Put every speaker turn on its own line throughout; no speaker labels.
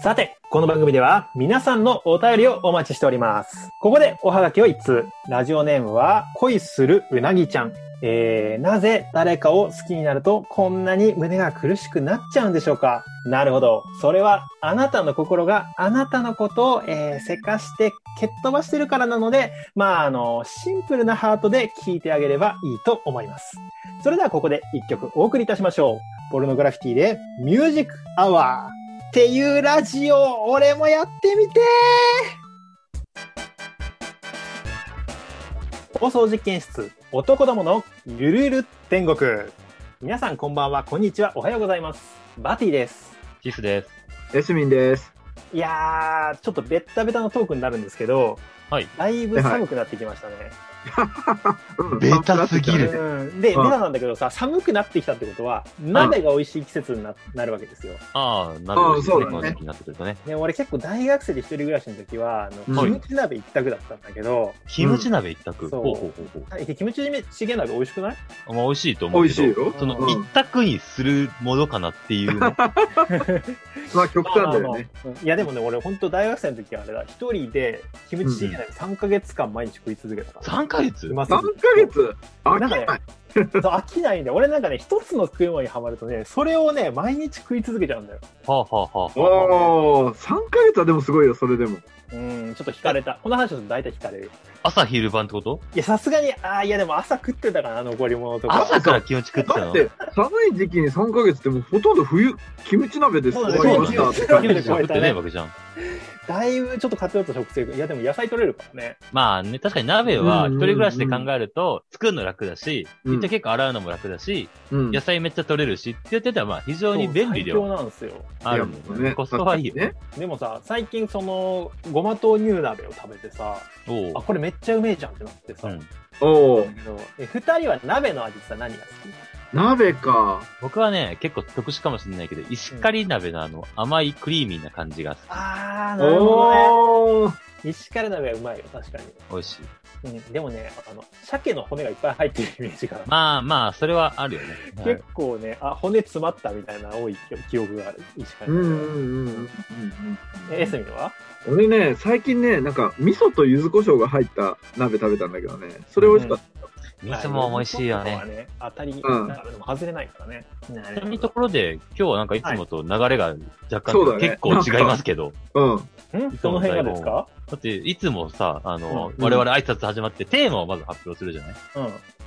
さて、この番組では皆さんのお便りをお待ちしております。ここでおはがきを一通。ラジオネームは恋するうなぎちゃん。えー、なぜ誰かを好きになるとこんなに胸が苦しくなっちゃうんでしょうかなるほど。それはあなたの心があなたのことを、えー、せかして蹴っ飛ばしてるからなので、まあ、あの、シンプルなハートで聞いてあげればいいと思います。それではここで一曲お送りいたしましょう。ポルノグラフィティでミュージックアワー。っていうラジオ、俺もやってみてー放送実験室、男どものゆるゆる天国。皆さんこんばんは、こんにちは、おはようございます。バティです。
ジスです。
エスミンです。
いやー、ちょっとベッタベタのトークになるんですけど、
はい
だいぶ寒くなってきましたね。
うん
ベタすぎる
寒くな
う
ってき
んで、ベ
うん
タなんだけどさ、寒くなってきたってことは、鍋が美味しい季節にななるわけですよ。
ああ、なるほど、
あーそうだね
この時期になってくるとね。
で俺結構大学生で一人暮らしの時は、あの
は
キ
い
ムチ鍋一択だったんだけど、
キムチ鍋一択。
うん
ほ
そう
うほうほう
えキムチ鍋鍋美味しくない
ほう。まあ、美味しいと
た
思
美
う
味しい
けど。
よ。
その
うん
一択にするものかなって いうね。
まあ極端だ
まあま
よね。
あまあうんいやでもね、俺本当大学生の時はあれだ、一人でキムチチゲ鍋3ヶ月間毎日食い続けたから。
3ヶ月
うま
3ヶ
すぎて
月飽
なんか
き
ね
ない。
そう飽きないんで、俺なんかね、一つの食い物にはまるとね、それをね、毎日食い続けちゃうんだよ。
はあはあはあ。
おー、3ヶ月はでもすごいよ、それでも。
うん、ちょっと惹かれた。この話だと大体惹かれる。
朝昼晩ってこと
いや、さすがに、ああ、いやでも朝食ってたかな、残り物とか。
朝からキムチ食ってた
だ
の
って、寒い時期に3ヶ月ってもうほとんど冬、キムチ鍋です。
そうだね
終わりまし
そ
た
う
っ
だね
キム
て感じ
超
チ食
え
ったて
ね
ないわけじゃん。
だいぶちょっと偏った食生活。いやでも野菜取れるからね。
まあね、確かに鍋は
うん
一
うんうん
人暮らしで考えると、作るの楽だし、
うん
じゃあ結構洗うのも楽だし、
うん。
野菜めっちゃ取れるしって言ってたら、まあ非常に便利で
そう最
は
強なんですよ。
ある
いやも
も
うん
ね。コストはいいよ。
ね。
でもさ、最近その、ごま豆乳鍋を食べてさ、
お
あ、
お。
これめっちゃうめえじゃんってなってさ。
うん
おー
だけどえ二人は鍋の味ってさ、何が好
鍋か。
僕はね、結構特殊かもしれないけど、石狩鍋のあの、甘いクリーミーな感じが好き
きあー、なるほどね。
おー。
石狩鍋はうまいよ、確かに。
美味しい。
うん、でもね、あの、鮭の骨がいっぱい入ってるイメージが。
まあまあ、それはあるよね。はい
結構ね、あ、骨詰まったみたいな多い記記憶がある、石狩
うんうん
鍋。
うんうんうん。
え、エスミンは
俺ね、最近ね、なんか、味噌と柚子胡椒が入った鍋食べたんだけどね、それ美味しかった。
味噌も美味しいよ
あ
ね
の。ね当たり、
うん
だからでも外れないからね。な
ちなみにところで、今日はなんかいつもと流れが若干、
そうだね
結構違いますけど。
うん。
んどの辺がですか
だって、いつもさ、あの、
うん
我々挨拶始まってテーマをまず発表するじゃない、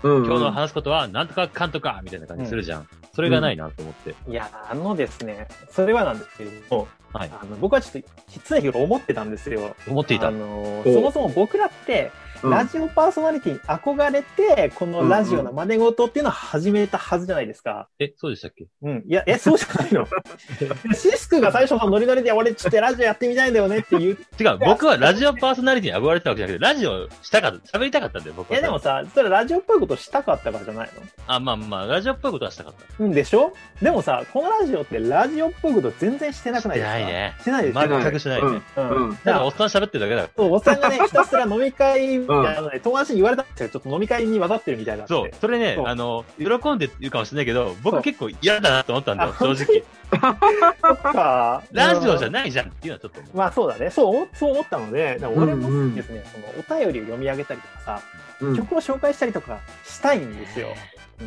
うん。
うんうん
今日の話すことは、なんとかかんとかみたいな感じするじゃん。それがないなと思って。
いや、あのですね、それはなんですけれども、
はい
あの僕はちょっと常日頃思ってたんですよ。
思ってい
あ
た。
の
お
そもそも僕らって、
うん
ラジオパーソナリティに憧れて、このラジオの真似事っていうのを始めたはずじゃないですか。
え、そうでしたっけ
うん。いや、え、そうじゃない のシスクが最初のノリノリで、俺ちょっとラジオやってみたいんだよねって言う。
違う、僕はラジオパーソナリティに憧れてたわけじゃなくて、ラジオしたかった、喋りたかったんだよ、僕
い
は。
や、でもさ、それラジオっぽいことしたかったからじゃない
あ、まあまあ、ラジオっぽいことはしたかった。
のうんでしょでもさ、このラジオってラジオっぽいこと全然してなくないですか
してないね
してないですよね。
全くしないね。
うん。
うん。
だから、おっさん喋ってるだけだか
そう、おっさんがね、ひたすら飲み会、
ん
あのね、友達に言われたんですよ。ちょっと飲み会に混ざってるみたいにな
ら。
って。
そう、それね
そ、う
あの、喜んで言うかもしれないけど、
そ
僕
う
結構嫌だなと思ったんだよ
あ、
正直。
そっか。
ラジオじゃ
うん
ないじゃんっていうのはちょっと思う。
まあそうだね。そう思、そう思ったので、だから俺
うんう
も
ん
ですね、そのお便りを読み上げたりとかさ、
うん
曲を紹介したりとかしたいんですよ。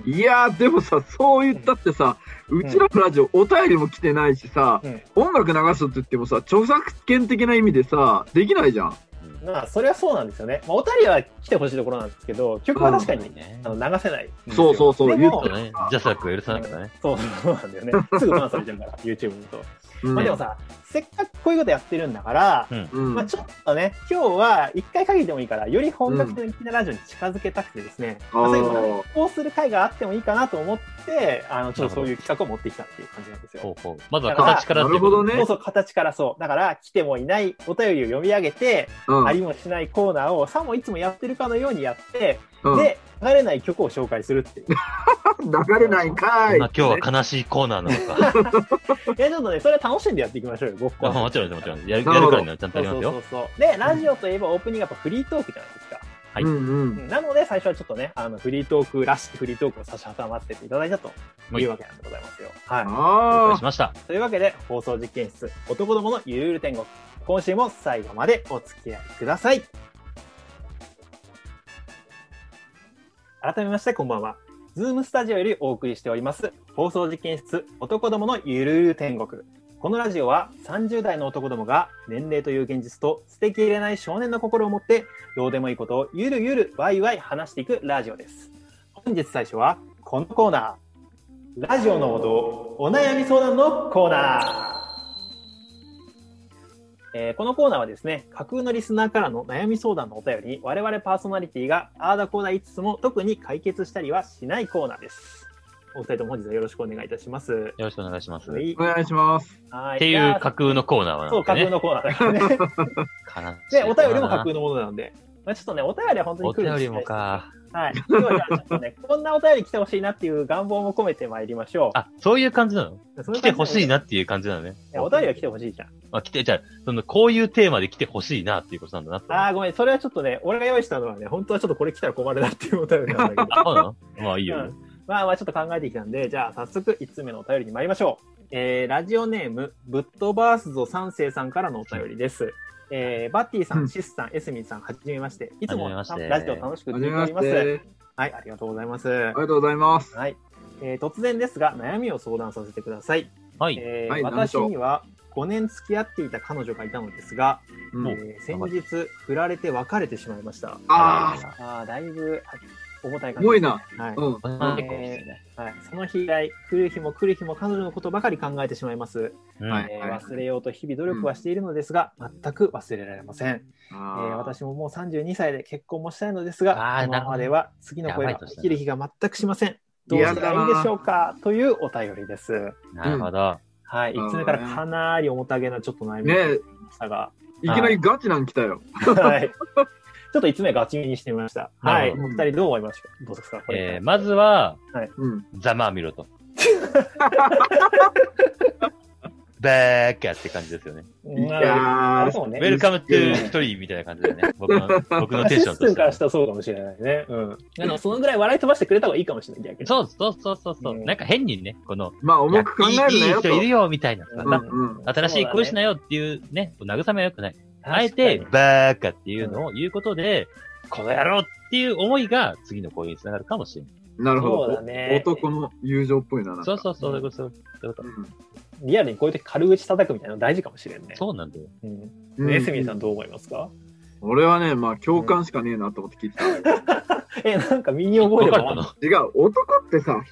いやーでもさそう言ったってさ、うちらのラジオお便りも来てないしさ、
うん
音楽流すって言ってもさ著作権的な意味でさできないじゃん
まあ、それはそうなんですよね。まあ、お便りは来てほしいところなんですけど、曲は確かに、
ね
あの流せない。
そうそうそう
で
言
も
そうね。ジャスラックが許さなかったね。
そうそうなん だよね。すぐバンされてるから、YouTube にと。
うん
まあでもさ、せっかくこういうことやってるんだから、
うん
まあ、ちょっとね、今日は一回限りでもいいから、より本格的なラジオに近づけたくてですね、
うん
まあ、最後
あー
にこうする回があってもいいかなと思って、あの、ちょっとそういう企画を持ってきたっていう感じなんです
ほ
よ。
うほう。まずは形からっていうこと
なるほどね
そうそう、形からそう。だから、来てもいないお便りを読み上げて、
うん
ありもしないコーナーをさもいつもやってるかのようにやって、
うん
で、流れない曲を紹介するっていう。
流れないんかい
まあ今日は悲しいコーナーなの か。
いや、ちょっとね、それは楽しんでやっていきましょうよ、僕
まあ
は。
もちろんです、もちろんです。やるや
なる
る
ほ
か
ど
らにはちゃんと
そ
や
う
りま
そ
す
うそ
よ
う。そうで、ラジオといえばオープニングやっぱフリートークじゃないですか。
はい
うんうん。
なので、最初はちょっとね、あの、フリートークらしくフリートークを差し挟ませていただいたというわけなんでございますよ。はい。
了
あ
解
あ
し。ました。
というわけで、放送実験室、男どものゆるゆる天国。今週も最後までお付き合いください。改めまして、こんばんは。ズームスタジオよりお送りしております、放送実験室、男どものゆるゆる天国。このラジオは30代の男どもが年齢という現実と捨てきれない少年の心を持ってどうでもいいことをゆるゆるワイワイ話していくラジオです。本日最初はこのコーナー。ラジオの王道、お悩み相談のコーナー。えーこのコーナーはですね、架空のリスナーからの悩み相談のお便りに、我々パーソナリティがあーだこーだ言いつつも特に解決したりはしないコーナーです。お二人とも本日はよろしくお願いいたします。
よろしくお願いします。
はい
お願いします。
は
っていう架空のコーナーは
そう、架空のコーナーだからね。
の。
で、お便りも架
架空
空のものなので、まあ、ちょっとね、お便りは本当
お
に来る
便
んです
りもか。
はい。今日はじゃあちょっとね、こんなお便り来てほしいなっていう願望も込めてまいりましょ
あ、そういう感じなの
う。そうう感じ
来
で
てほしいなっていう感じなのね。
いやお便りは来てほしいじゃん。
まあ、来て、じゃあ、その、こういうテーマで来てほしいなっていうことなんだなって。
ああ、ごめん、それはちょっとね、俺が用意したのはね、本当はちょっとこれ来たら困るなっていうお便りなん だけど。
あ、そうなのまあいいよ。
うんまあまあちょっと考えてきたんで、じゃあ早速5つ目のお便りに参りましょう。えー、ラジオネーム、ぶっ飛ばすぞ三世さんからのお便りです。えー、バッティさ
うん
ん、シスさん、エスミンさん、はじめまして。いつも
はじめまして
ラジオ楽しく
は
聞い
じ
て
め
お
ま
り
して。
ま
あ
す。
り
はい、ありがとうございます。
がとうございます。
はい。えー突然ですが、悩みを相談させてください。
はい。
えー
はいなんでし
私
ょう
には5年付き合っていた彼女がいたのですが、
うん
もう
えー先日、振られて別れてしまいました。
ああ、
ああ、だいぶあ重たい感じですね。
重いな
はい。
うん。うん
あ結構ですね
はい、その日以来、来る日も来る日も彼女のことばかり考えてしまいます。
うん
はい
えー忘れようと日々努力はしているのですが、全く忘れられません。えー
あ
私ももう32歳で結婚もしたいのですが、
あー
このままでは次の恋
や
が
ばいとし
生
たな
きる日が全くしません。どうしたらいいでしょうかというお便りです。
なるほど。
はい、
うん
1つ目からかなり重たげなちょっと悩
ー
み
ねえ、
でしたが、
いきなりガチなん来たよ。
はい。 ちょっと1つ目ガチめにしてみました。は。
ないる
お
ほど
二人どう思いますかどうですかこれ。
えー、まずは、
うん。
ざまあみろと。バーカって感じですよね。
うん
いやー
そう
ウ
ね。
ェルカムトゥ一人みたいな感じだよね。僕の、僕のテンショ
シ
ンと
ス君
し
からしてたらそうかもしれないね。うん。あの、そのぐらい笑い飛ばしてくれた方がいいかもしれない、逆
は。
に。
そうそうそうそうそう。
うん
なんか変にね、この、
まあ、重く考
い
え
やい
る
い
ない
い
よと。
人いるよ、みたいなさ
う。
んうん
新しい恋しなよっていうね、慰めは良くない。あえ
確
て
か、に
バーカっていうのを言うことで、この野郎っていう思いが次の恋につながるかもしれない。
なるほど。
そうだね
男の友情っぽいな。なんか
そうそうそう、そういうことそういうこと。
リアルにこういう時軽口叩くみたいなの大事かもしれんね。
そうなんだよ。
うん。
う
ねエスミンさん
ん。
どう思いますか
俺はね、まあ、共感しかねえなと思って聞いてた んだ
え、なんか身に覚える
わかった
も
の
の。
けど。違う、男ってさ、
うん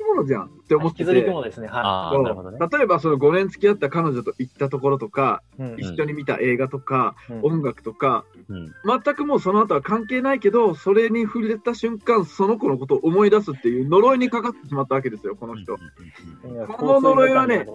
引き物じゃんって思っ
引き
て
ずり
て
込。むですね。は
あ
う
あ、
ん
なるほどね。
例えば、その5年付き合った彼女と行ったところとか、
い。うん
ん
一緒に見た映画とか、
うん
音楽とか、
うん。
全くもうその後は関係ないけど、それに触れた瞬間、その子のことを思い出すっていう呪いにかかってしまったわけですよ、この人。この呪いはね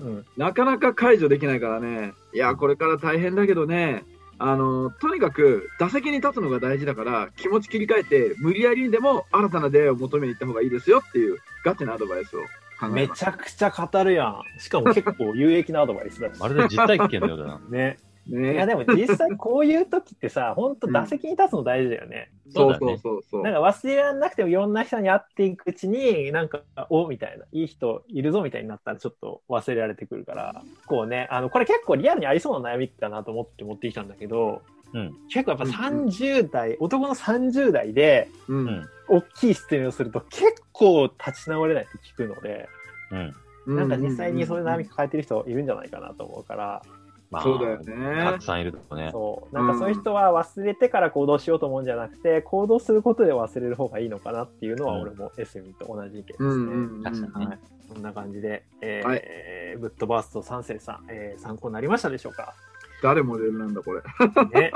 うん
なかなか解除できないからね、いや、これから大変だけどね、あのとにかく打席に立つのが大事だから、気持ち切り替えて、無理やりにでも新たな出会いを求めに行った方がいいですよっていう、ガチなアドバイスを考え
め
ます。
ちゃくちゃ語るやん。しかも結構有益なアドバイス だし。
まるで実体験のようだな。
ね。いや
ね、
でも実際こういう時ってさ、本当打席に立つの大事だよね。
そう
そうだ
そ
ね
うそうそう。
なんか忘れられなくてもいろんな人に会っていくうちに、なんか、おみたいな、いい人いるぞみたいになったらちょっと忘れられてくるから、こうね、あの、これ結構リアルにありそうな悩みかなと思って持ってきたんだけど、
うん
結構やっぱ30代、男の30代で、
う
うんん。
大きい失恋をすると結構立ち直れないって聞くので、
うん。
なんか実際にそういう悩み
ん
抱えてる人いるんじゃないかなと思うから、
まあ
そうだよ
た
ね
く。さんいるとね。
そう。なんかそういう人は忘れてから行動しようと思うんじゃなくて、行動することで忘れる方がいいのかなっていうのは、
うん
俺もエスミと同じ意見ですね。
うんうんう
確
ん
かに
はい。こんな感じで、えー
は
ブッドバースト3世さん、えー参考になりましたでしょう か
誰モデルなんだ、これ。
ね。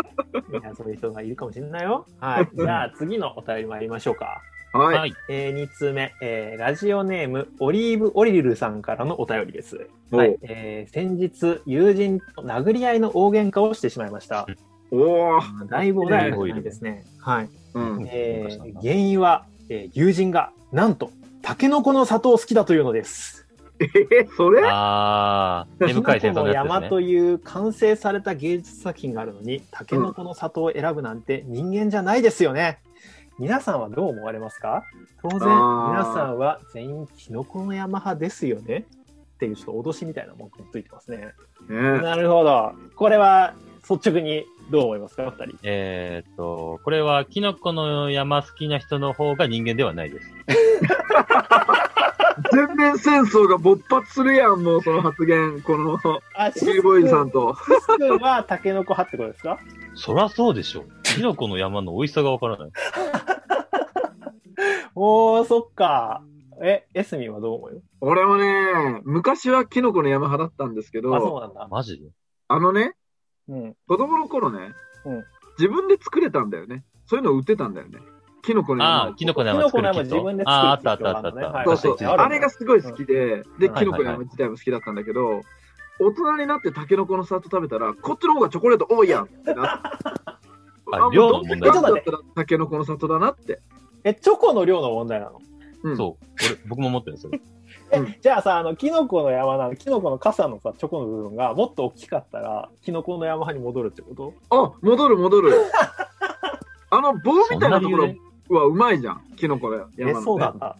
いや、そういう人がいるかもしれないよ。 はい。じゃあ次のお便り参りましょうか。
はい。
はい。
え2通目、えーラジオネーム、オリーブ・オリルさんからのお便りです。
おう
はい。えー先日、友人と殴り合いの大喧嘩をしてしまいました。
おお、
だいぶ穏やかじゃないですね。はい。
うん、
え
うん
ー原因は、えー友人が、なんと、タケノコの砂糖好きだというのです。
え、それ
あー、根深い戦争の
の
やつ
山
です
と
ね。
いう完成された芸術作品があるのに、タケノコの里を選ぶなんて人間じゃないですよね。皆さんはどう思われますか当然、
あー
皆さんは全員キノコの山派ですよねっていうちょっと脅しみたいな文句もついてますね。
ね
なるほど。これは率直にどう思いますか、お二人。
えーっと、これは、キノコの山好きな人の方が人間ではないです。
全面戦争が勃発するやん、もうその発言、この、
あ、
シーボーイズさんと。
シス君はタケノコ派ってことですか
そらそうでしょ。キノコの山の美味しさがわからない。
おー、そっか。え、エスミンはどう思うよ
俺もね、昔はキノコの山派だったんですけ
あ、そ
ど、
うなんだ。
マジで
あのね、
うん。
子供の頃ね、
うん
自分で作れたんだよね。そういうのを売ってたんだよね。キノコの山
あ
を
あ、キノコの
キ
山
ノコ
作
の
る
山
キ
自
ッ
分で作
ト。ああ、あ
る
ったあったあったあった。
はい
そうそう
確。かに
あれがすごい好きで、で、
うん
キノコの山自体も好きだったんだけど、大人になってタケノコの里食べたら、こっちの方がチョコレート多いやんってなって。
あ量の問題
だったらタケノコの里だなって。
え、チョコの量の問題なの
うん
そう。俺、僕も思ってるんですよ。
え、
うん
じゃあさ、あの、キノコの山なの、キノコの傘のさ、チョコの部分がもっと大きかったら、キノコの山派に戻るってこと
あ、戻る戻る。あの棒
そん
みた
な
いな
理
と
由
ころ
ね
はうまいじゃん。キノコの山
え、
の、ね。
そうなんだ。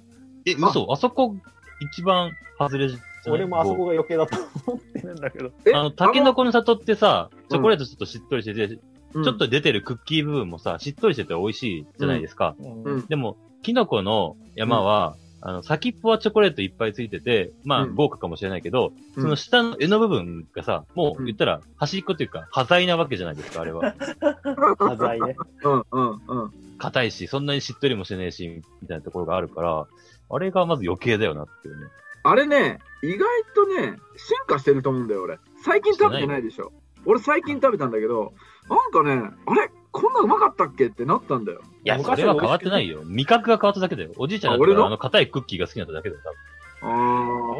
え、嘘あそこ、一番外れじゃない
俺もあそこが余計だと思ってるんだけど。
え
あの、タケノ
コ、
コの里ってさ、チョコレートちょっとしっとりしてて、
うん
ちょっ、と出てるクッキー部分もさ、しっとりしてて美味しいじゃないですか。
う。
うんん、
でも、キノコの山は、あの、先っぽはチョコレートいっぱいついてて、まあ、
うん
豪華かもしれないけど、
うん
その下の柄の部分がさ、も
う
うん言ったら端っこというか、端材なわけじゃないですか、あれは。
端材ね。
うんうんうん。
硬いし、そんなにしっとりもしてねえし、みたいなところがあるから、あれがまず余計だよなっていうね。
あれね、意外とね、進化してると思うんだよ、俺。最近食べてないでしょ。俺最近食べたんだけど、なんかね、あれこんなうまかったっけってなったんだよ。
いや、それは変わってないよ。味覚が変わっただけだよ。おじいちゃんだった
あ俺
ら、
の
あの、硬いクッキーが好きなっただけだよ、多分
あ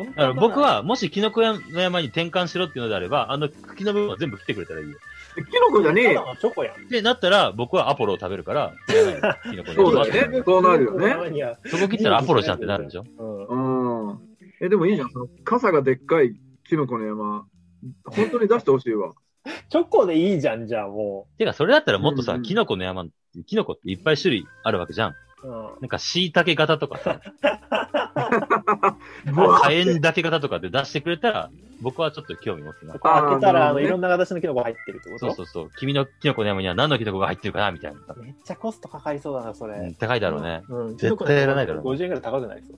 ー
だから僕、は、もしキノコの山に転換しろっていうのであれば、あの茎の部分は全部切ってくれたらいいよ。
キノコじゃねえ
ただ
よ。
のチョコやん。
で、なったら、僕はアポロを食べるから、いらないキノコ
そう
の
だ
山
よねそうなるよね
ね。
そこ切ったらアポロじゃんってなるでしょ
うん。
うん。え、でもいいじゃん。その傘がでっかいキノコの山。本当に出してほしいわ。
チョコでいいじゃん、じゃあも
てか、それだったらもっとさ、
うんうん
キノコの山、キノコっていっぱい種類あるわけじゃん。
う。うん。
なんか、椎茸型とかさ、
うわ
火炎だけ型とかで出してくれたら、僕はちょっと興味持つな。
これ開けたら、
あーなるほどね
あの、いろんな形のキノコ入ってるってこと
そうそうそう。君のキノコの山には何のキノコが入ってるかなみたいな。
めっちゃコストかかりそうだな、それ。
うん高いだろうね。
うん。
絶対やらないだろう
50円ぐらい高くないです
い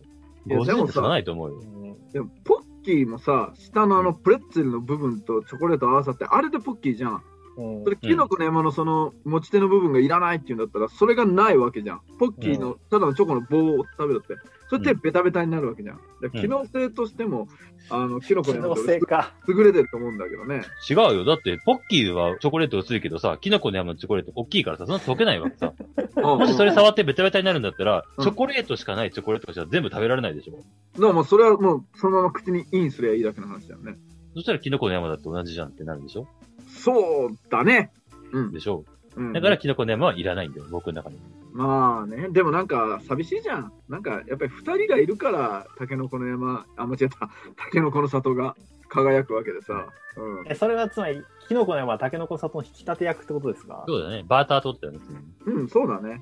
やで
50円
も
で
さ
済まないと思うよ
う。ん。
でもポッキーもさ、下のあのプレッツェルの部分とチョコレート合わさって、あれでポッキーじゃん。
うん
それ、キノコの山のその持ち手の部分がいらないっていうんだったら、それがないわけじゃん。ポッキーのただのチョコの棒を食べるって、それってベタベタになるわけじゃん。だから機能性としても、あのキノコ
機
の
能
山
性
で
か。
優れてると思うんだけどね。
違うよ。だって、ポッキーはチョコレート薄いけどさ、キノコの山のチョコレート大きいからさ、そんな溶けないわけさ。
も
もしそれ触ってベタベタになるんだったら、
うん
チョコレートしかないチョコレートじゃ全部食べられないでしょ。
だからもうそれはもうそのまま口にインすりゃいいだけの話だよね。
そしたらキノコの山だって同じじゃんってなるでしょ
そうだね。うん。
でしょ
うん
だから、キノコの山はいらないんだよ、僕の中に。
まあね、でもなんか寂しいじゃん。なんかやっぱり2人がいるから、タケノコの山、あ、間違った、タケノコの里が輝くわけでさ。うん
え、それはつまり、キノコの山はタケノコの里の引き立て役ってことですか
そうだね。バーター取ってたんですよ。
うん、そうだね。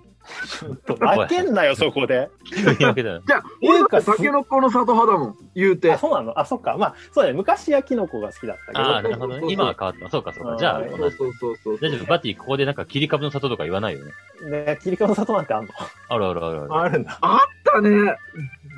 負けんなよ、そこで。
そういうわけだよ。
じゃあ、
えー
俺だってタケノコの里派だもん、言うて
あ、。そうなのあ、そっか。まあ、そうだね。昔はキノコが好きだったけど。
ああ、なるほどね。今は変わった。そうか、そうか。じゃあ、
あー
同
そう
じ
そうそうそう。
大丈夫。バティ、ここでなんか切り株の里とか言わないよね。
ね、キリカの里なんてあんの
あるあるあるある。
あるんだ。
だね。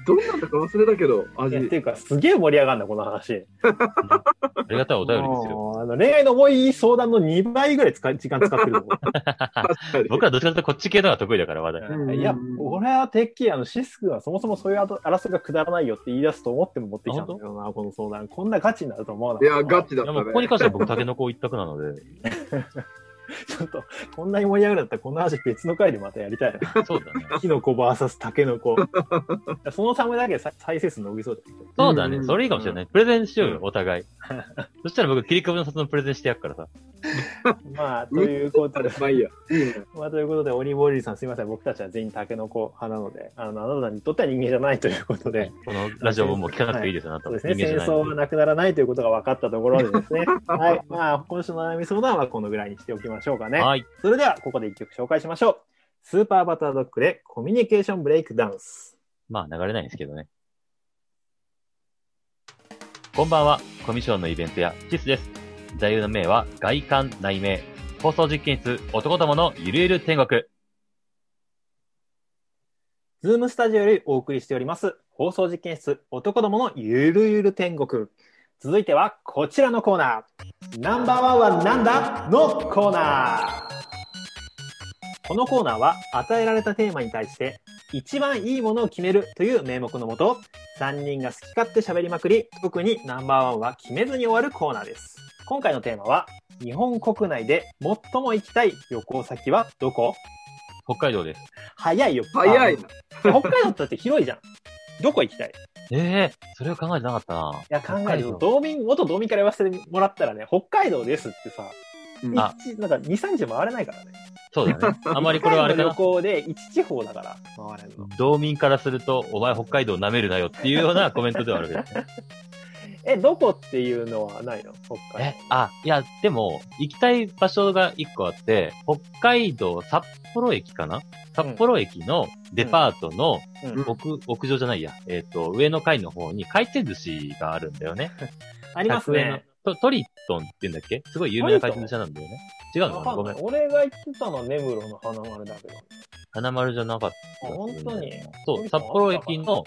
どんなんだか忘れたけど、
い
味
や。っていうか、すげえ盛り上がるんだ、この話。
ありがたいお便りですよ。
もうあの恋愛の重い相談の2倍ぐらい使い時間使ってると思う
確かに。
僕らどっちかというとこっち系の方が得意だから、話題。
うん
いや、俺はてっきりあのシス君はそもそもそういう争いがくだらないよって言い出すと思っても持ってきちゃうんだけどな、この相談。こんなガチになると思わなか
い
った
や、ガチだっ
い
た
や も
ね
う。ここに関しては僕、タケノコ一択なので。
ちょっと、こんなに盛り上がるんだったら、この話別の回でまたやりたいな。
そうだね。
キノコ VS タケノコ。そのためだけ再再生数伸びそうだよね
そうだ
う
ね。
ん
それいいかもしれない。プレゼンしようよ、お互い。そしたら僕、切り株の札のプレゼンしてやっから さ。
まあ、 ということで、
まあいいや。いいね。
まあ、ということで、オリーブオイルさんすいません。僕たちは全員タケノコ派なので、あの、あなたにとっては人間じゃないということで、
このラジオももう聞かなくていいですよ、あなた
そう
は
ですね。
人間じ
戦
ゃな
争
い
はなくならないということが分かったところでですね。はい。まあ、今週の悩み相談はこのぐらいにしておきましょうかね。
はい。
それでは、ここで一曲紹介しましょう。スーパーバタードッグでコミュニケーションブレイクダウンス。
まあ流れないんですけどね。こんばんは、コミュ障のイベントやキスです。座右の銘は外観内名。放送実験室男どものゆるゆる天国。
ズームスタジオよりお送りしております。放送実験室男どものゆるゆる天国。続いてはこちらのコーナー。ナンバーワンはなんだのコーナー。このコーナーは与えられたテーマに対して一番いいものを決めるという名目のもと、3人が好き勝手喋りまくり、特にナンバーワンは決めずに終わるコーナーです。今回のテーマは日本国内で最も行きたい旅行先はどこ
北海道です。
早いよ。
早いな。
北海道だって広いじゃん。どこ行きたいい
ええそれは考えてなかったな。
や、考えると、
北海道
道民、元道民から言わせてもらったらね、北海道ですってさ、
うん
あ
一なんか2、3時回れないからね。
そうだね。あまりこれはあれか
北
な
海。道の旅行で1地方だから回れるの。
道民からすると、お前北海道舐めるなよっていうようなコメントではあ るけどね。
え、どこっていうのはないの北海
え、あ、いや、でも、行きたい場所が一個あって、北海道札幌駅かな札幌駅のデパートの
道。うん
うん
屋、屋上じゃないや、えっ、と、上の階の方に回転寿司があるんだよね。
ありますね。
100円の。トトリトンって言うんだっけすごい有名な回転寿司屋なんだよね。違うの
わか
かなんご
な
め
い
ん。
俺が行ってたのは根室の花丸だけど。
花丸じゃなかった。
あ本当に
そう、札幌駅の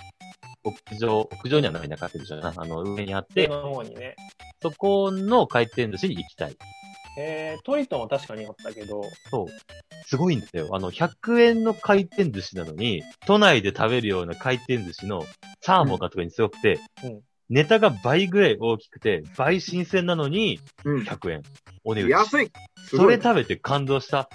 屋上、屋上にはないな、回転寿司だな。あの、上にあっ
で、
て、
の方にね。
そこの回転寿司に行きたい。
えー、トリトンは確かにあったけど、
そう。すごいんだよ。あの、100円の回転寿司なのに、都内で食べるような回転寿司のサーモンが特にすごくて、
うん
ネタが倍ぐらい大きくて、倍新鮮なのに、
うん。
100円。お値打ち。
安い。す
そ
ごい
れ食べて感動した。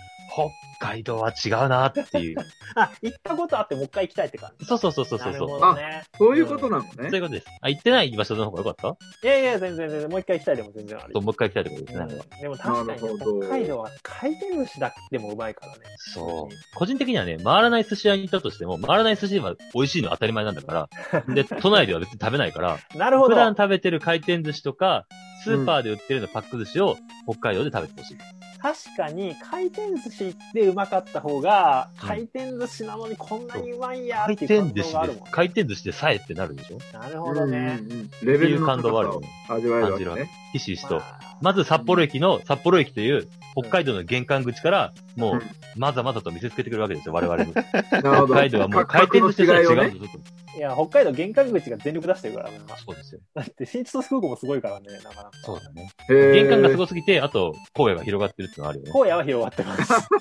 北海道は違うなって いう。
あ、行ったことあってもう一回行きたいって感じ。
そうそうそうそうそう
なるほ
そう。
どね。
そういうことなの
そうい
ね。
うことです。あ、行ってない場所の方が良かった
いやいや、全然全然、もう一回行きたいでも全然ある
と。もう一回行きたいところですね。
うんでも確かにね
なるほど
北海道は回転寿司だけでもうまいからね。
そう。個人的にはね、回らない寿司屋に行ったとしても、回らない寿司は美味しいのは当たり前なん だから、で、都内では別に食べないから、
なるほ
普
ど。
段食べてる回転寿司とか、スーパーで売ってるようなパック寿司を北海道で食べてほしい。
確かに回転寿司でうまかった方が、回転寿司なのにこんなにうまいんや
回
ってい
転
う感
寿
動があ
司
るも
で
ん、ね、。
回転寿司でさえってなるでしょ
なるほどね。
うんうんうんレベル
ってい
の
う感動はあるよね
高さを味わえるわけ
感じる
ね。
ひしひしと。
まあ
まず札幌駅の、札幌駅という北海道の玄関口から、も
うん
う、まざまざと見せつけてくるわけですよ、我 々に。
なるほ
北
ど。
海道はもう回
価
転
格
寿司で
の
さえ
違いを
違
ね
う。んだぞと。
いや、北海道玄関口が全力出してるからな。
そうですよ。
だって新千歳空港もすごいからね、なかなか。
そうだね。
へー
玄関がすごすぎて、あと、荒野が広がってるってのはあるよね。
荒野は広がってます。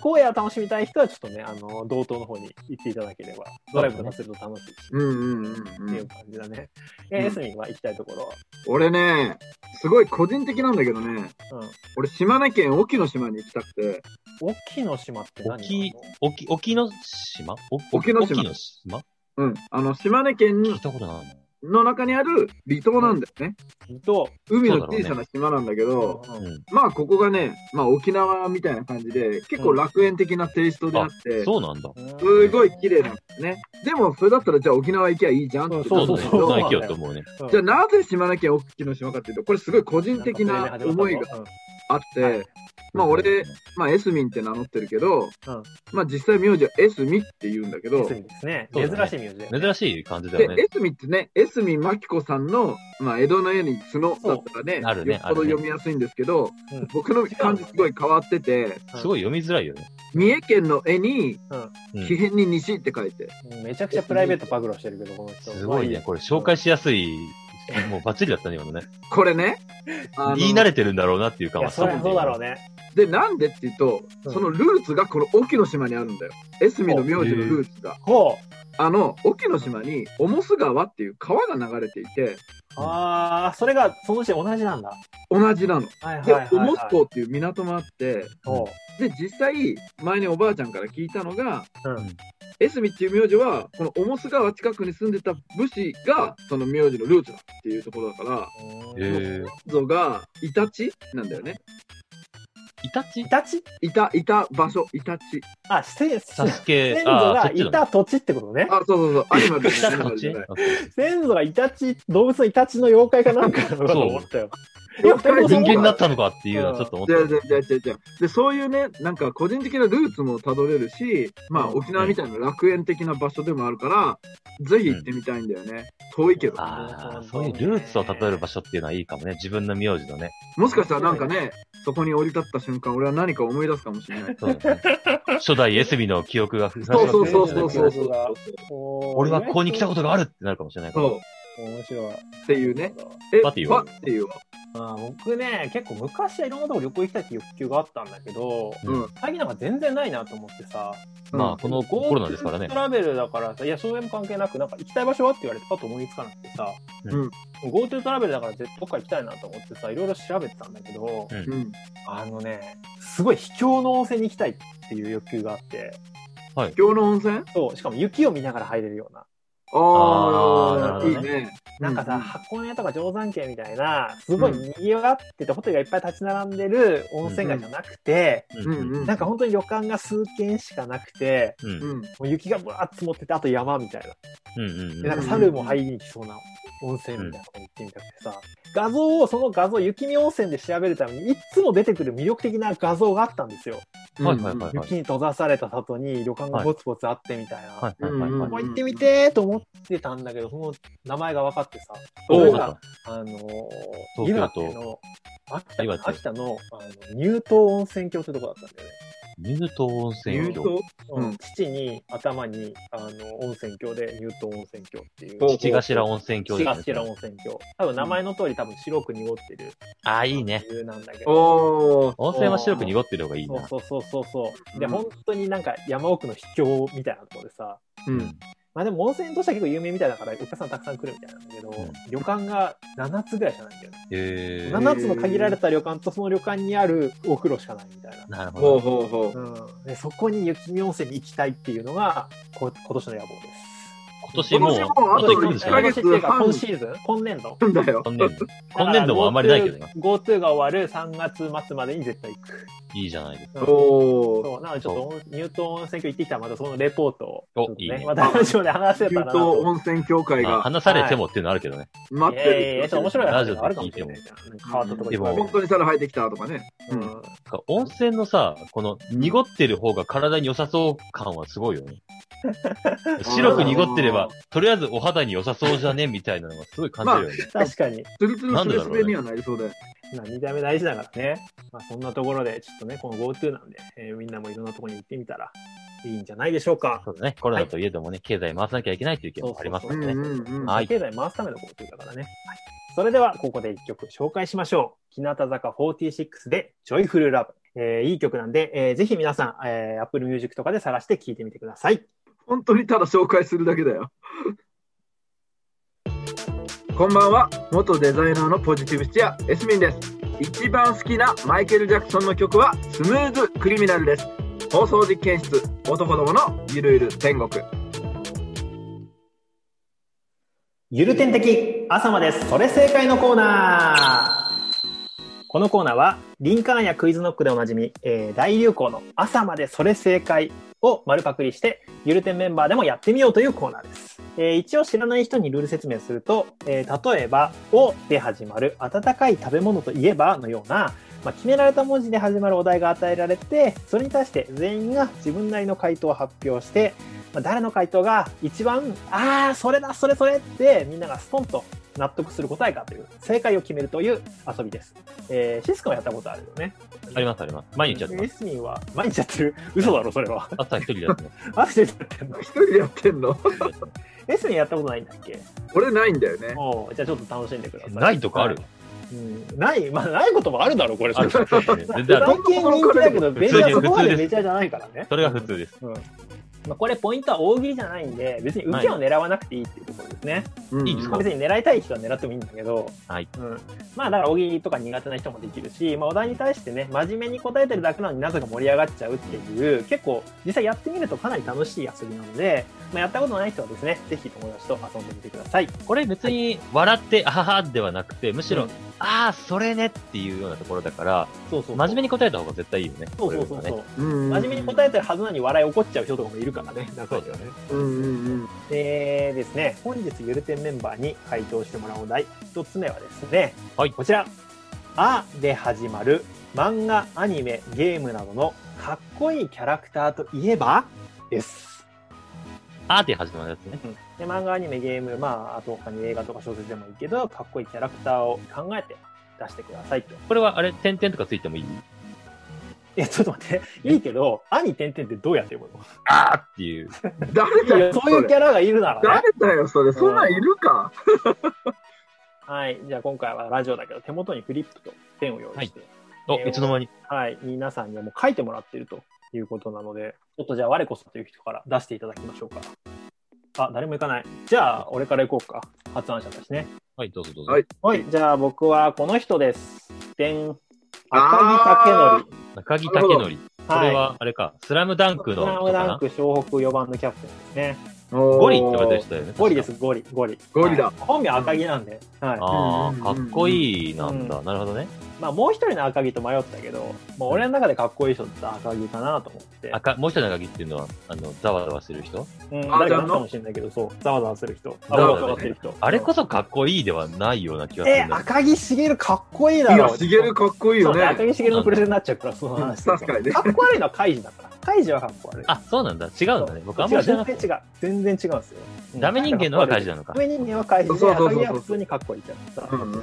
荒野を楽しみたい人はちょっとね、あの、道東の方に行っていただければ、ドライブとかすると楽しいし。
うんうんうん
っ
う。
ていうん感じだね。
ん
えー、エスミンは行きたいところは。
俺ね、すごい個人的なんだけどね、
うん。
俺島根県隠岐の島に行きたくて、
隠岐の島って何
沖沖、沖の島お
沖の島
沖の島
うん。あの、島根県
聞いたことないな。
の中にある離島なんだよね。
と、
海の小さな島なんだけど、
うん
う
まあここがね、まあ沖縄みたいな感じで、結構楽園的なテイストであって、
ん。そうなんだ。
すごい綺麗なんですね。でもそれだったらじゃあ沖縄行きゃいいじゃんって
そう
なる
そう
んだけ
そう
そう
ど
な行きようと思うね。
うん
じゃあなぜ島根県沖の島かっていうと、これすごい個人的な思いが。
うん
あって、まあ俺、、まあエスミンって名乗ってるけど、
うん
まあ実際名字はエスミって言うんだけど、
エスミンですね。
そう
珍
だね
しい名字だよね。
珍しい感じだ
で、
よね
エ。スミってね、エスミマキコさんの、まあ、江戸の絵に角だったらね、
そうあるね
よっぽど
あるね
読みやすいんですけど、
うん
僕の漢字すごい変わってて、
すごい読みづらいよね。
三重県の絵に、
う
木
ん。
偏に西って書いて、
うんめちゃくちゃプライベートパグロしてるけど、この人。
すごいね。これ紹介しやすい。もうバッチリだったね、今のね。
これね、あの
言い慣れてるんだろうなっていう
い
感
や、
は
そりゃそうだろう
ね。
ね。
で、なんでっていうと、
うん
そのルーツがこの隠岐の島にあるんだよ。エスミの名字のルーツが。
ほ
あの、隠岐の島に、重須川っていう川が流れていて、
う。ああ、それがその時同じなんだ。
同じなの。
はいはい
で、
はい、はい。
オモス島っていう港もあって、
おう
で、実際、前におばあちゃんから聞いたのが、
うん
エスミっていう名字は、このオモス川近くに住んでた武士が、その名字のルーツだっていうところだから、
えー、
像がイタチなんだよね。
イタチ
イタチ
いた、いた場所、イタチ。
あ、せ、
サ
先
スケ、
祖
あ
が
あ、そっち
い
だ。
た土地ってことね。
あ、そうそうそう、アニマルじゃない、アニ
こ
マ
っ
ル
ち
じゃない。
先祖がイタチ、動物のイタチの妖怪かなんかだと思ったよ。いや、でも
人
そう
間になっ
だ
たのかっていうのはちょっと思っ
じ
た
ゃ。じゃじゃじゃじゃでそういうねなんか個人的なルーツもたどれるしまあ
うん
沖縄みたいな楽園的な場所でもあるから、ぜひ行ってみたいんだよね、遠いけど
ああ、そういうルーツを例える場所っていうのはいいかもね。自分の名字のね。
もしかしたらなんかねそこに降り立った瞬間俺は何か思い出すかもしれない
そうだね初代エスビの記憶が復活
そう
し
そう
て
そうそうそうそう
俺はここに来たことがあるってなるかもしれないから。
そう
と。面白い。
っていうね。え
パティ
パ
は
ティは
まあ、僕ね、結構昔はいろんなとこ旅行行きたいって欲求があったんだけど、
うん
最近なんか全然ないなと思ってさ、
まあ、このコロナですからね
ト。ラベルだからさ、いや、そういうの関係なく、なんか行きたい場所はって言われてパッと思いつかなくてさ、
うん
GoTo トラベルだからどっか行きたいなと思ってさ、いろいろ調べてたんだけど、
うん
うん
あのね、すごい秘境の温泉に行きたいっていう欲求があって、
今日の温泉
そう、しかも雪を見ながら入れるような。
あー
ああ、
なる
い
ほど
い
ね
ね
なんかさ、
うん
箱根とか定山渓みたいな、すごい賑わってて、ホテルがいっぱい立ち並んでる温泉街じゃなくて、
うんうん
うん
なんか本当に旅館が数軒しかなくて、
うん
うん
もう雪がぶわーっと積もってて、あと山みたいな。
うんうん
で、なんか猿も入りに来そうな温泉みたいなとこに行ってみたくてさ、画像を、その画像、雪見温泉で調べるために、いつも出てくる魅力的な画像があったんですよ。
はいはいはい
雪に閉ざされた里に旅館がぼつぼつあってみたいな。
はいはいはいはい
ここ行ってみてーと思ってたんだけど、その名前が分かってさ、
おう
それ
そ
が
うだ
あのー
東京
岩
都
手の、秋田
岩手
秋田のあの乳頭温泉郷ってとこだったんだよね。
水と温
入
泉郷。
党うん
父に頭にあの温泉郷で乳頭温泉郷っていう。
ほうほう
父頭温泉郷
父
です
頭温
ね。
泉郷。多分名前の通り多分白く濁ってる。
ああ、いいね。
理由なんだけど。
おー
温泉は白く濁ってる方がいい
そう
な。
そうそうそうそう。で、
うん
本当になんか山奥の秘境みたいなところでさ、
うん
まあでも温泉としては結構有名みたいだから、お客さんたくさん来るみたいなんだけど、
ん
旅館が7つぐらいしかないんだよね。
へえ。
なん
7つの限られた旅館とその旅館にあるお風呂しかないみたいな。
なるほ
ほう
ど。
ほうほう
うん、でそこに雪見温泉に行きたいっていうのがこ今年の野望です。
今年もう、
今年も
あ
あ
と
と
1ヶ
今
月し
年
かない。
っていうか
半
今シーズン今年度
なんだよ
今年度。今年度もあんまりないけどね。。
GoTo が終わる3月末までに絶対行く。
いいじゃないですか。
おー
そうなのでちょっと入湯温泉郷行ってきたらまたそのレポート
お
を、ちょっと
いいね
またラジオで話せ
牛
たらな
島
と。
温泉協会
あ
が
話されてもっていうのあるけどね。
待
い
っ
やいや
て
いやち
る
ょっと面白い話があるかもしれないじゃん。変わったとこ行
で
っ
も
本当に猿生えてきたとかね。
う
う
ん、
ん
なんか温泉のさ、この濁ってる方が体に良さそう感はすごいよ ね。白く濁ってれば、とりあえずお肌に良さそうじゃねみたいなのがすごい感じるよね。
確かに。
ツルツルスベスベにはなりそうで。
まあ、見た目大事だからね。まあ、そんなところで、ちょっとね、この GoTo なんで、えーみんなもいろんなところに行ってみたらいいんじゃないでしょうか。
そうだね。コロナといえどもね、経済回さなきゃいけないという意見もあります
う
か
ん
ら
う
ね。
んうん。
はい
経済回すための GoTo だからね。はい。それでは、ここで一曲紹介しましょう。日向坂46で、ジョイフルラブ。えーいい曲なんで、えーぜひ皆さん、えー、Apple Music とかで探して聴いてみてください。
本当にただ紹介するだけだよ。こんばんは、元デザイナーのポジティブシチア、エスミンです。一番好きなマイケル・ジャクソンの曲は、スムーズ・クリミナルです。放送実験室、男どものゆるゆる天国。
ゆる天的朝までそれ正解のコーナーこのコーナーはリンカーンやクイズノックでおなじみ、えー大流行の朝までそれ正解を丸パクリしてゆる天メンバーでもやってみようというコーナーです、えー一応知らない人にルール説明すると、えー例えば「を」で始まる「温かい食べ物といえば」のようなまあ、決められた文字で始まるお題が与えられてそれに対して全員が自分なりの回答を発表して、まあ、誰の回答が一番「ああそれだそれそれ」ってみんながストンと納得する答えかという正解を決めるという遊びです、えーシス君はやったことあるよね
ありますあります。毎日やってま
リ
す。
スミンは毎日やってる嘘だろそれは
朝一人でやってます。
朝でやってんの
一人でやってんの
リスミンやったことないんだっけ
俺ないんだよね。
おうじゃあちょっと楽しんでください
ないとかある、
うん、ないまあないこと もあるだろこれ
ある。
最
全然ある。
近人気だけどベンチャーそこまでメジャーじゃないからね
それが普通です。
うんまあ、これポイントは大喜利じゃないんで、別に受けを狙わなくていいっていうところですね。
うん
いいです
まあ
か
別に狙いたい人は狙ってもいいんだけど、
はい
うん、まあだから大喜利とか苦手な人もできるし、まあ、お題に対してね真面目に答えてるだけなのになぜか盛り上がっちゃうっていう結構実際やってみるとかなり楽しい遊びなので、まあ、やったことない人はですねぜひ友達と遊んでみてください。
これ別に笑って、あははではなくて、むしろ、
うん
ああ、それねっていうようなところだから、
そうそう
真面目に答えた方が絶対いいよね。
そうそうそうそう、
うん
真面目に答えてるはずなのに笑い起こっちゃう人とかもいるからね中にはね。
うんうんうん
でですね、本日ゆるてんメンバーに回答してもらうお題、一つ目はですね、
はい
こちら、あで始まる漫画、アニメ、ゲームなどのかっこいいキャラクターといえばです。
あーって始まるやつね。
で漫画、アニメ、ゲーム、まあ、あと他に映画とか小説でもいいけど、かっこいいキャラクターを考えて出してくださいと。
これはあれ、点々とかついてもいい
え、ちょっと待って、いいけど、あに点々ってどうやって読むの
あーっていう。
誰だ
いや
よ
そういうキャラがいるな
それ
らね。
誰だよそれそんなんいるか
はい、じゃあ今回はラジオだけど、手元にフリップとペンを用意して。
お、
えー
いつの間に。
はい、皆さんにはもう書いてもらってるということなので、ちょっとじゃあ我こそという人から出していただきましょうか。あ、誰も行かない。じゃあ、俺から行こうか。発案者たちね。
はい、どうぞどうぞ。
はい
はい、じゃあ僕はこの人です。でん。
あー
赤木武
中木武則。
則。
これは、あれか、スラムダンク
ス
の人
ラ
か
ムダン
な。
ク湘北4番のキャプテンですね。
ゴ
ゴ
リって言われてたよね。
ゴリです、ゴリ、ゴリ。
ゴリだ
はい本名赤木なんで。はい。
ああ、かっこいいなん
う
だ。なるほどね。
まあ、もう一人の赤木と迷ったけど、もう俺の中でかっこいい人って赤木かなと思って。
赤、もう一人の中木っていうのは、あの、ざわざわしてる人
うん、
あ
誰かのかもしれないけど、そう、ざわざわする人。
ざ
あ
わ
わ
ざわ
ざわする人。
あれこそかっこいいではないような気がす
え
るんだよ。
赤木しげるかっこいいだ
い
ろ
やしげるかっこいいよ
そうね
ね
赤木しげるのプレゼンになっちゃうからその話すると
確かにね
かっこ悪いのはカイジだからカイジはかっこ悪い
あ、そうなんだ。違うんだね。僕あんま
違う
り
全
知らなか
然違う
っ
全然違うんですよ
た。ダメ人間のはカジなのか
ダ。メ人間はカイジで
そうそうそう
赤
そう
木は普通にかっこいいじゃんさ
うんうん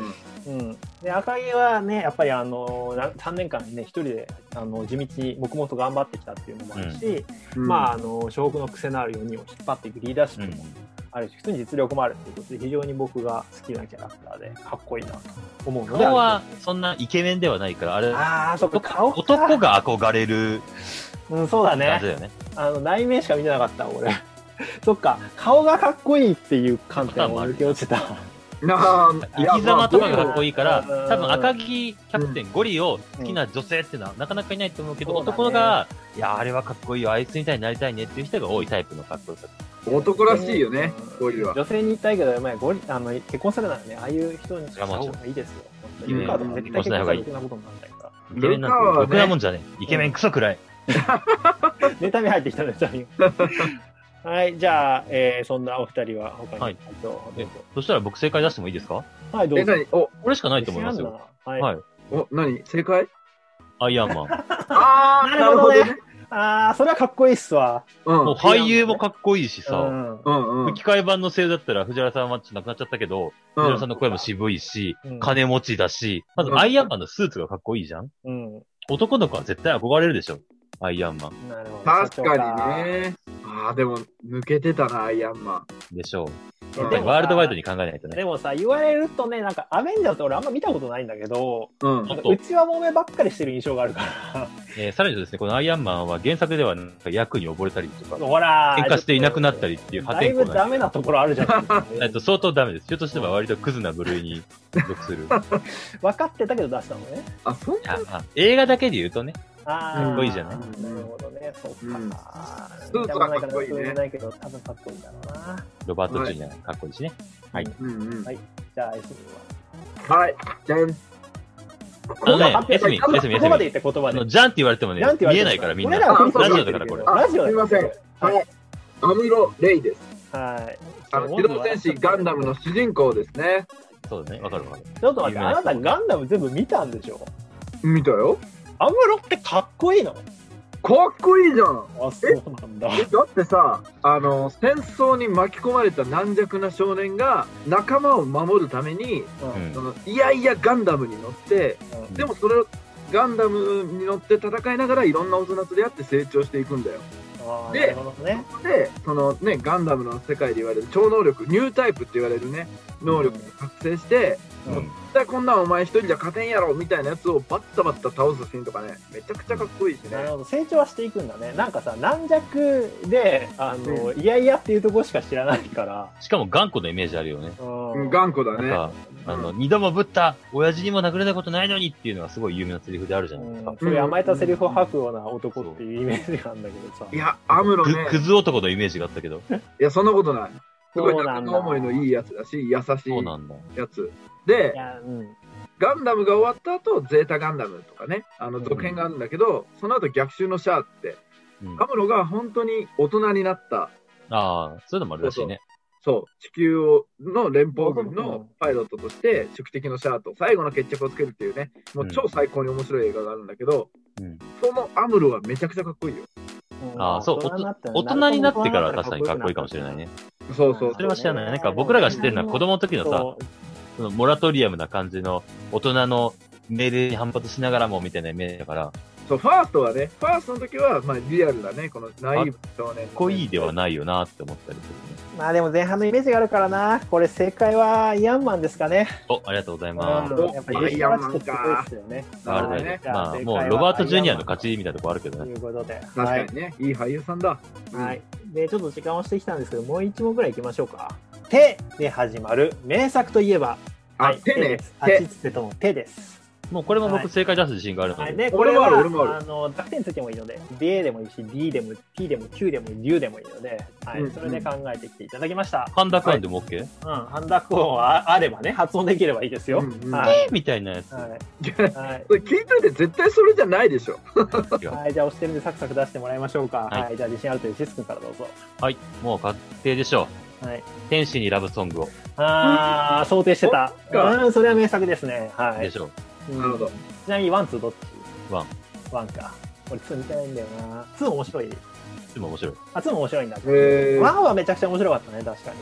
うんで赤木はねやっぱりあのな3年間ね一人であの地道に黙々と頑張ってきたっていうのもあるし
うん
まああの湘北の癖のある4人を引っ張っていくリーダーシ
う
ッ
ん
プも。あるし普通に実力もあるっていうことで非常に僕が好きなキャラクターでかっこいいなと思うので
顔はそんなイケメンではないから、あれ、
ああ、そっか、顔か
男。が憧れる
うん、そうだ
感じ
ね。
だよね。
あの、内面しか見てなかった、俺。 そっか、顔がかっこいいっていう観点を抜け落ちた。
なあいや
生き様とかが
まあ
かっこいいから、
うん
多分赤木キャプテンゴリを好きな女性ってのはなかなかいないと思うけど、
そうだね
男のが、いや、あれはかっこいいよ、あいつみたいになりたいねっていう人が多いタイプのかっこよさ。
男らしいよね
うん
ゴリは
女性に言いたいけど、まあ、ゴリ、あの、結婚するならね、ああいう人にしかした方がいいですよ。
い
い
や
るかとか絶対結婚するなことにならないから。
イケメンなんて、
ルカはね
ろくなもんじゃねえ。イケメンクソくらい。
妬み入ってきたね、 妬み。はい、じゃあ、えー、そんなお二人は他に。
はい
どうぞ
えそしたら僕正解出してもいいですか
はい、どう
え
ぞ。
何お
これしかないと思いますよ。
はい。
はい。
お何正解
アイアンマン。
ああ
なるほどねああ、それはかっこいいっすわ。
うん
もう俳優もかっこいいしさ、
ん
うんうん
吹き替え版の声優だったら藤原さんはちょっと亡くなっちゃったけど、藤原さんの声も渋いし
うん、
金持ちだし、まずアイアンマンのスーツがかっこいいじゃん
うん。
男の子は絶対憧れるでしょ。アイアンマン。
なるほど。
確かに。ねああでも抜けてたなアイアンマン
でしょ。
いうや
うん
でもさ
ワールドワイドに考えないとね。
でもさ、言われるとね、なんか、アベンジャーズって俺あんま見たことないんだけど、
うん
なんか
そう
うちはもめばっかりしてる印象があるか
えーさらにですね、このアイアンマンは原作ではなんか役に溺れたりと
ら。
か、
ほら
喧嘩していなくなった
り
りっていう破
だい
天
ぶ
荒な
ダメなところあるじゃないですか
えっと、相当ダメです。人としては割とクズな部類に 属する。あ
分かってたけど出したのね。
あそんな
あ映画だけで言うとね、
あー
かっこいい
じゃない
なるほどね。そっか。
うん
ス
スーツはかっこいいね
ないけど、多分かっこいいんだろうな。
ロバート・ジュニアかっこいいしね。
うんうん
はいじゃあ、エスミンは。
はいじゃん
あのね
ここまで
エスミン
ここま
エスミンエスミン
ここまで言って言葉
あの、
で。
ジャンって言われてもね
なん、て言わ
見
れても
えないからみんな。
俺らはフリップ
ラジオ
で
だからこれ。
ラジオだから
あすいまはいアムロ・レイです
はい。
あの機動戦士ガンダムの主人公ですね
そうだね、わかるわかる。
ちょっと待って、あなたガンダム全部見たんでしょ
見たよ
アムロってかっこいいの
かっこいいじゃん
あ、そうなんだ。
えだってさあの戦争に巻き込まれた軟弱な少年が仲間を守るために
うん
うん
そのいやいやガンダムに乗って
うん
でもそれをガンダムに乗って戦いながらいろんな大人と出会って成長していくんだよ
あー
で
なるほどね。
でそのねガンダムの世界で言われる超能力ニュータイプって言われるね能力を覚醒して、
うん
絶対こんなんお前一人じゃ勝てんやろみたいなやつをバッタバッタ倒すシーンとかね、めちゃくちゃかっこいいし
なる
ね。
ほど成長はしていくんだねなんかさ軟弱であの、いやいやっていうとこしか知らないから、
しかも頑固なイメージあるよね。
うん
うん頑固だ
なん
ね。
か、あの、二度もぶった、親父にも殴れたことないのにっていうのがすごい有名なセリフであるじゃないです
う
か
ん。そういう甘えたセリフを吐くような男っていうイメージがあるんだけどさ
いや、アムロね、
くクズ男のイメージがあったけど。
いや、そんなことない。すごい
そうなんだ
仲思いのいいやつだし、優し
そうないんだ。
やつ。
い
で、
やうん
ガンダムが終わった後、ゼータガンダムとかね、あの続編があるんだけど、その後逆襲のシャアって、
うん、
アムロが本当に大人になった
ああ、そういうのもあるらしいね。
そう、地球をの連邦軍のパイロットとして、宿敵のシャアと最後の決着をつけるっていうね、もう超最高に面白い映画があるんだけど、
うん
そのアムロはめちゃくちゃかっこいいよ。
ああ、そう
大人になって
大人になってからは確かにかっこいいかもしれないね。
そうそう
あ
それは知らない。なんか僕らが知ってるのは子供の時のさ、
そう
そのモラトリアムな感じの大人の命令に反発しながらもみたいなイメージだから、か
そう、ファーストはね、ファーストの時は、まあ、リアルだね、このナイーブ少年。かっ
っこいいでは
ね。
ないよなって思ったりす
まあでも前半のイメージがあるからなこれ正解はイアンマンですかね、
るね。お、ありがとうございます。
うん、やっぱり
イアンマンか
ですよね
あ
なるほ
れ
ど
だ
ね
ね。
じゃ
まあ、
正解
も
は
うロバート・ジュニアの勝ちみたいなとこあるけど
と
ね。
いうことで
確かにね、いい俳優さんだ。
はい、はい、でちょっと時間をしてきたんですけどもう一問ぐらいいきましょうか「手」で始まる名作といえば
あ、
はい
手ね
です。あち
手。
つてとも手です
もうこれも
はい
僕正解出す自信があるの
はい、
で。
でこ
俺
れ
も
は
ある俺もある
あの濁点ついてもいいので DA でもいいし D でも T でも Q でも U でもいいので、はい
うん
それで考えてきていただきました、
ハンダカンでも OK?
うん、ハンダク音はああればね発音できればいいですよ、
うんうん
はい、
みたいなやつ。
はい
そ
はい
れ聞いといて絶対それじゃないでしょ。
はい、じゃあ押してるんでサクサク出してもらいましょうか、は
はいい
じゃあ自信あるというシス君からどうぞ
はい。もう確定でしょ
はい、
う。天使にラブソングを。
あー想定してた
そっか
うんそれは名作ですねは
で
い
しょう。
うん
なるほど。
ちなみにワンツーどっち
ワン
ワンか俺ツー見てないんだよなツー面白い
でも面白い。
あツーも面白いんだ
へー
ワンはめちゃくちゃ面白かったね確かに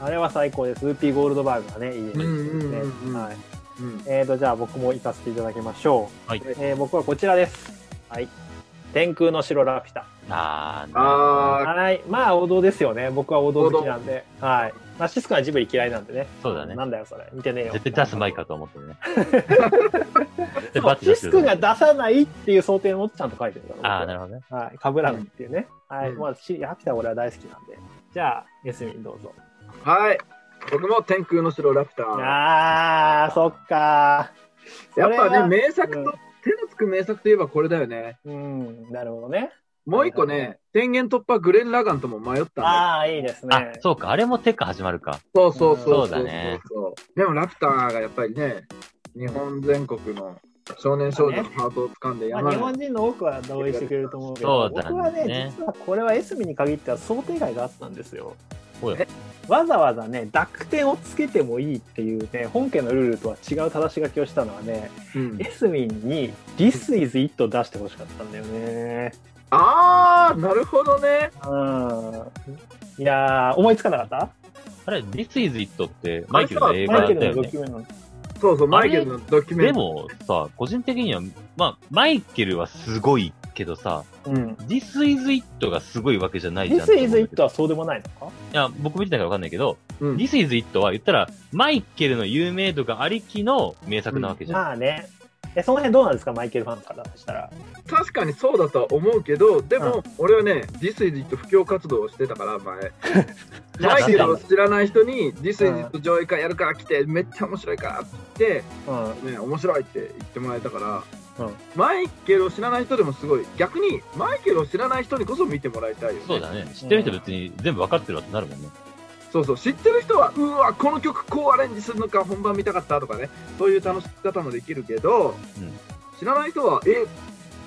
あれは最高です。ウーピーゴールドバーグがね、いいです
う
ね。
んうんうんうん
はい。
うん。
えーと、じゃあ僕も行かせていただきましょう。
はい
えー僕はこちらです。はい。天空の城ラピュタ。
あー
あ
はい。まあ王道ですよね。僕は王道好きなんで。はい。まあシス君はジブリ嫌いなんでね。
そうだね
なんだよ、それ。見てねえよ。
絶対出すまいかと思って ね。
そ
で
う
バッて
シ
出して
ス
く
君
る
が出さないっていう想定のおっちゃんと書いてるから。
ああ、なるほどね。
ほど。はい。かぶらないっていうね。はい。
うん
まあ、しラピュタは俺は大好きなんで。じゃあ、エスミンどうぞ。
ーはい。僕も天空の城ラピュター。
あー、そっか
や
そ
っ
れは
ぱね、名作と、
うん
手のつく名作といえばこれだよね。
うん、なるほどね。
もう一個
はいはいは
ね、天元突破グレン・ラガンとも迷ったんだ
ああ、いいですね。
あ、そうか。あれもテッカ始まるか。
そうそうそう
うんそうだね
そうそうでもラピュターがやっぱりね、日本全国の少年少女のハートを掴んで
ま
山
あ、
に
日本人の多くは同意してくれると思うけ
そ
ど、
うだね
僕はね、実はこれはエスミに限っては想定外があったんですよ。
おい
え
わざわざね、濁点をつけてもいいっていうね、本家のルールとは違う正し書きをしたのはね、
うん
エスミに This is it を出してほしかったんだよね。
あー、なるほどね。
うん。いやー、思いつかなかった
あれ、This is It ってマイケルの映画
マ
だ
イケ
った
ルの
よ
ド
ね
キ。ュメント。
そうそう、マイケルのドキュメ
で
ント。
もさ、個人的には、まあ、マイケルはすごいけどさ、
うん。
This is It がすごいわけじゃないじゃん。
This is it はそうでもないのか
いや、僕見てたからわかんないけど、
うん
This is It は言ったら、マイケルの有名度がありきの名作なわけじゃん。
まあね。え、その辺どうなんですかマイケルファンからしたら。
確かにそうだとは思うけど、でも、俺はね、This is it 布教活動をしてたから、前。
じゃ
マ
あ
イケルを知らない人に、This is it 上映会やるから来て、めっちゃ面白いからって言って、
うん。
ね、面白いって言ってもらえたから、
うん
マイケルを知らない人でもすごい逆にマイケルを知らない人にこそ見てもらいたいよ、ね、
そうだね。知ってる人別に全部わかってるわってなるもんね。
そうそう知ってる人はうわこの曲こうアレンジするのか本番見たかったとかねそういう楽しみ方もできるけど、
うん
知らない人はえ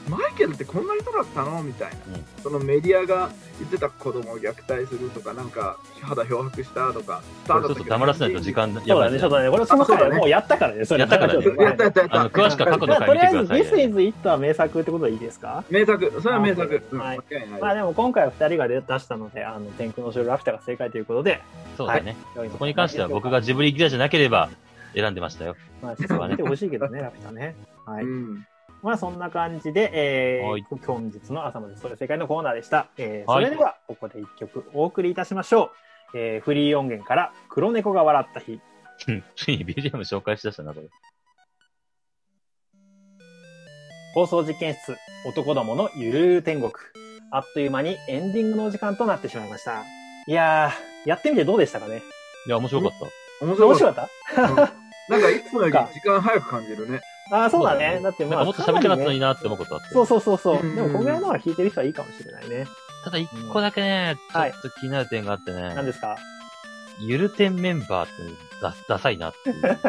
マイケルってこんな人だったのみたいな、
うん
そのメディアが言ってた子供を虐待するとかなんか肌漂白したとかスタ
こ
ー
れちょった
だっ
と
けど
黙らせないと時間
そ
や
うだ
ばい
ね、
ね
ちょっとね、これその
あそうだ
回
ね
もうやったからね、それ
やったからね
ちょと
やったやったやった
あの詳しくは過去の
まあとり
回見て
あえ
くだ
ず、
さい、ね。
This is It は名作ってことでいいですか
名作それは名作、うん
はい
間違いない、。
まあでも今回は2人が出したので、あの、天空の城ラピュタが正解ということで、
そうだね。
良いのかな
そこに関しては僕が、ジブリギアじゃなければ選んでましたよ。
まあ、ちょっと見てほしいけどね、ラピュタね。はいう
ん
まあそんな感じで、えー
はい
本日の朝までそれ正解のコーナーでした。えー
は
そ
い
れではここで一曲お送りいたしましょう。えーフリー音源から黒猫が笑った日、
うんつ いに BGM 紹介しだしたな、これ。
放送実験室、男どものゆるゆる天国。あっという間にエンディングのお時間となってしまいました。いやー、やってみてどうでしたかね
いや、面白かった。
面白
面
い。
白かっ
なんかいつもより時間早く感じるね。
たああ、そうだね。
そうだね
だって
なん
ま
か
あ、
もっと喋りたかったの
かなりね
になって思うことあって。
そうそうそうそう。
うん
でも、こんぐらいのは弾いてる人はいいかもしれないね。
ただ一個だけね、ちょ
はい
っと気になる点があってね、
何ですか
ゆる点メンバーってダダサいなっていう。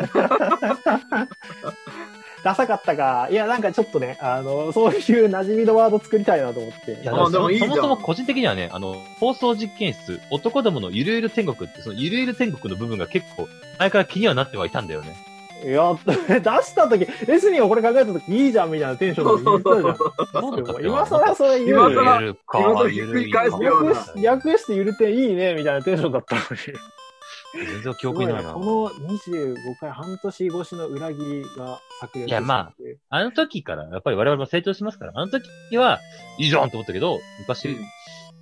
ダサかったか。いや、なんかちょっとね、あの、そういう馴染みのワード作りたいなと思って。
いや
あでもいいじゃ
そ
ん
もそも個人的にはね、あの、放送実験室、男どものゆるゆる天国って、そのゆるゆる天国の部分が結構、前から気にはなってはいたんだよね。
いや、出したとき、エスミンがこれ考えたとき、いいじゃんみたいなテンションで言ったじゃん。
どうだったっけな
今更それ言う
今
ゆる
更
ゆるか
今更、ひっ
ゆ
く
る
り
い
返すよう
略
な
し略してゆるていいねみたいなテンションだったのに。す
全然記
ご
憶
い
に
な
な
い
な。
この25回、半年越しの裏切りが炸裂
いやまあの時から、やっぱり我々も成長しますから、あの時は、いいじゃんと思ったけど、昔、
うん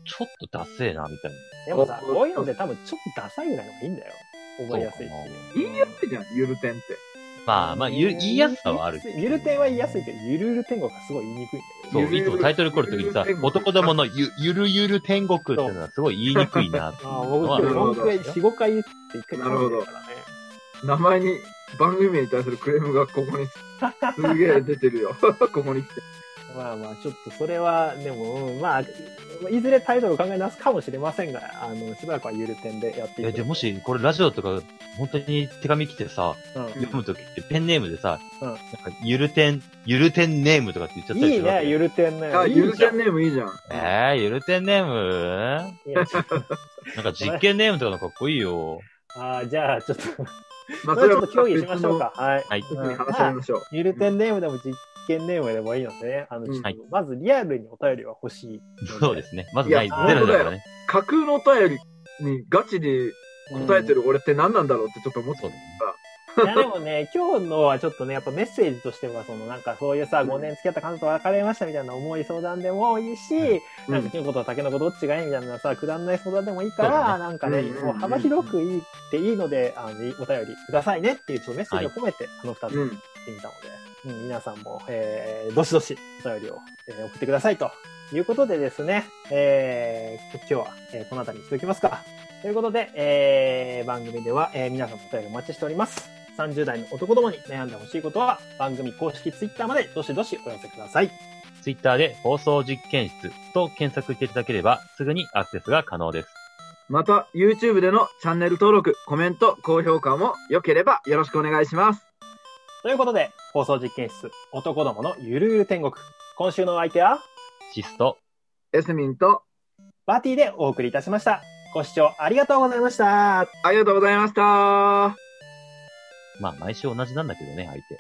ちょっとダセえな、みたいな。
あ。でもさ、こういうので多分ちょっとダサいぐらいの方がいいんだよ。覚えやすいし
そうかな。
言いやすいじゃん、ゆる点って。
まあまあ、ゆ言いやすさはある。
ゆるてんは言いやすいけど、ゆるゆる天国がすごい言いにくいんだ
そ
よね。
う、いつもタイトルコールの時にさ
ゆるゆ、る
男どものゆゆるゆる天国っていうのはすごい言いにくいな っていう
ああ、
のは
僕、
あ
で
る
も
な
4回、4、5回言って1回噛んでるからね。
名前に、番組名に対するクレームがここに、すげえ出てる よ。ここに来て。
まあまあ、ちょっとそれは、でも、うんまあ、いずれタイトルを考え直すかもしれませんが、あの、しばらくはゆる点でやってい
え、
く
じゃあも、し、これラジオとか、本当に手紙来てさ、
うん
読むときってペンネームでさ、
うん
なんか、ゆるてん、ゆるてんネームとかって言っちゃったり
い
す
い
るわけ
ね、ゆる点ね。
あ、
いい
ゆる
じゃ
点
ん。
ネームいいじゃん。
えー、ゆるてんネーム
いやちょっと
なんか実験ネームとかのかっこいいよ。
あーじゃあ、ちょっと、
ま
それちょっと協議しましょう。か。はい。
はい。
別に話し合いましょう。
ゆる点ネームでも実験ネームでもいいのでね、あの、
うん
ちょっとまずリアルにお便りは欲しい。
そうですね。まずない、
い
ゼ
や
ロだからね。
架空のお便りにガチで答えてる俺って何なんだろうってちょっと思って
そ
た
うだね。
いやでもね、今日のはちょっとね、やっぱメッセージとしては、そのなんかそういうさ、5年付き合った彼女と別れましたみたいな重い相談でもいいし、
う
なん
ん
か、キノコとタケノコどっちがいいみたいなさ、くだんない相談でもいいから、
そうだ
なんかね、
うんうんうん
もう幅広くいいっていいので、あの、お便りくださいねっていうちょっとメッセージを込めて、あの二つ
う
言っ
ん
てみたので、うん、皆さんも、えー、どしどしお便りを、えー送ってくださいということでですね、えー、今日は、えーこの辺りにしておきますか。ということで、えー、番組では、えー、皆さんのお便りお待ちしております。30代の男どもに悩んでほしいことは、番組公式ツイッターまでどしどしお寄せください。
ツイッターで放送実験室と検索していただければ、すぐにアクセスが可能です。
また、YouTube でのチャンネル登録、コメント、高評価も良ければよろしくお願いします。
ということで、放送実験室、男どものゆるゆる天国。今週のお相手は、
シスト、
エスミンと、
バーティーでお送りいたしました。ご視聴ありがとうございました。
ありがとうございました。
まあ毎週同じなんだけどね、相手。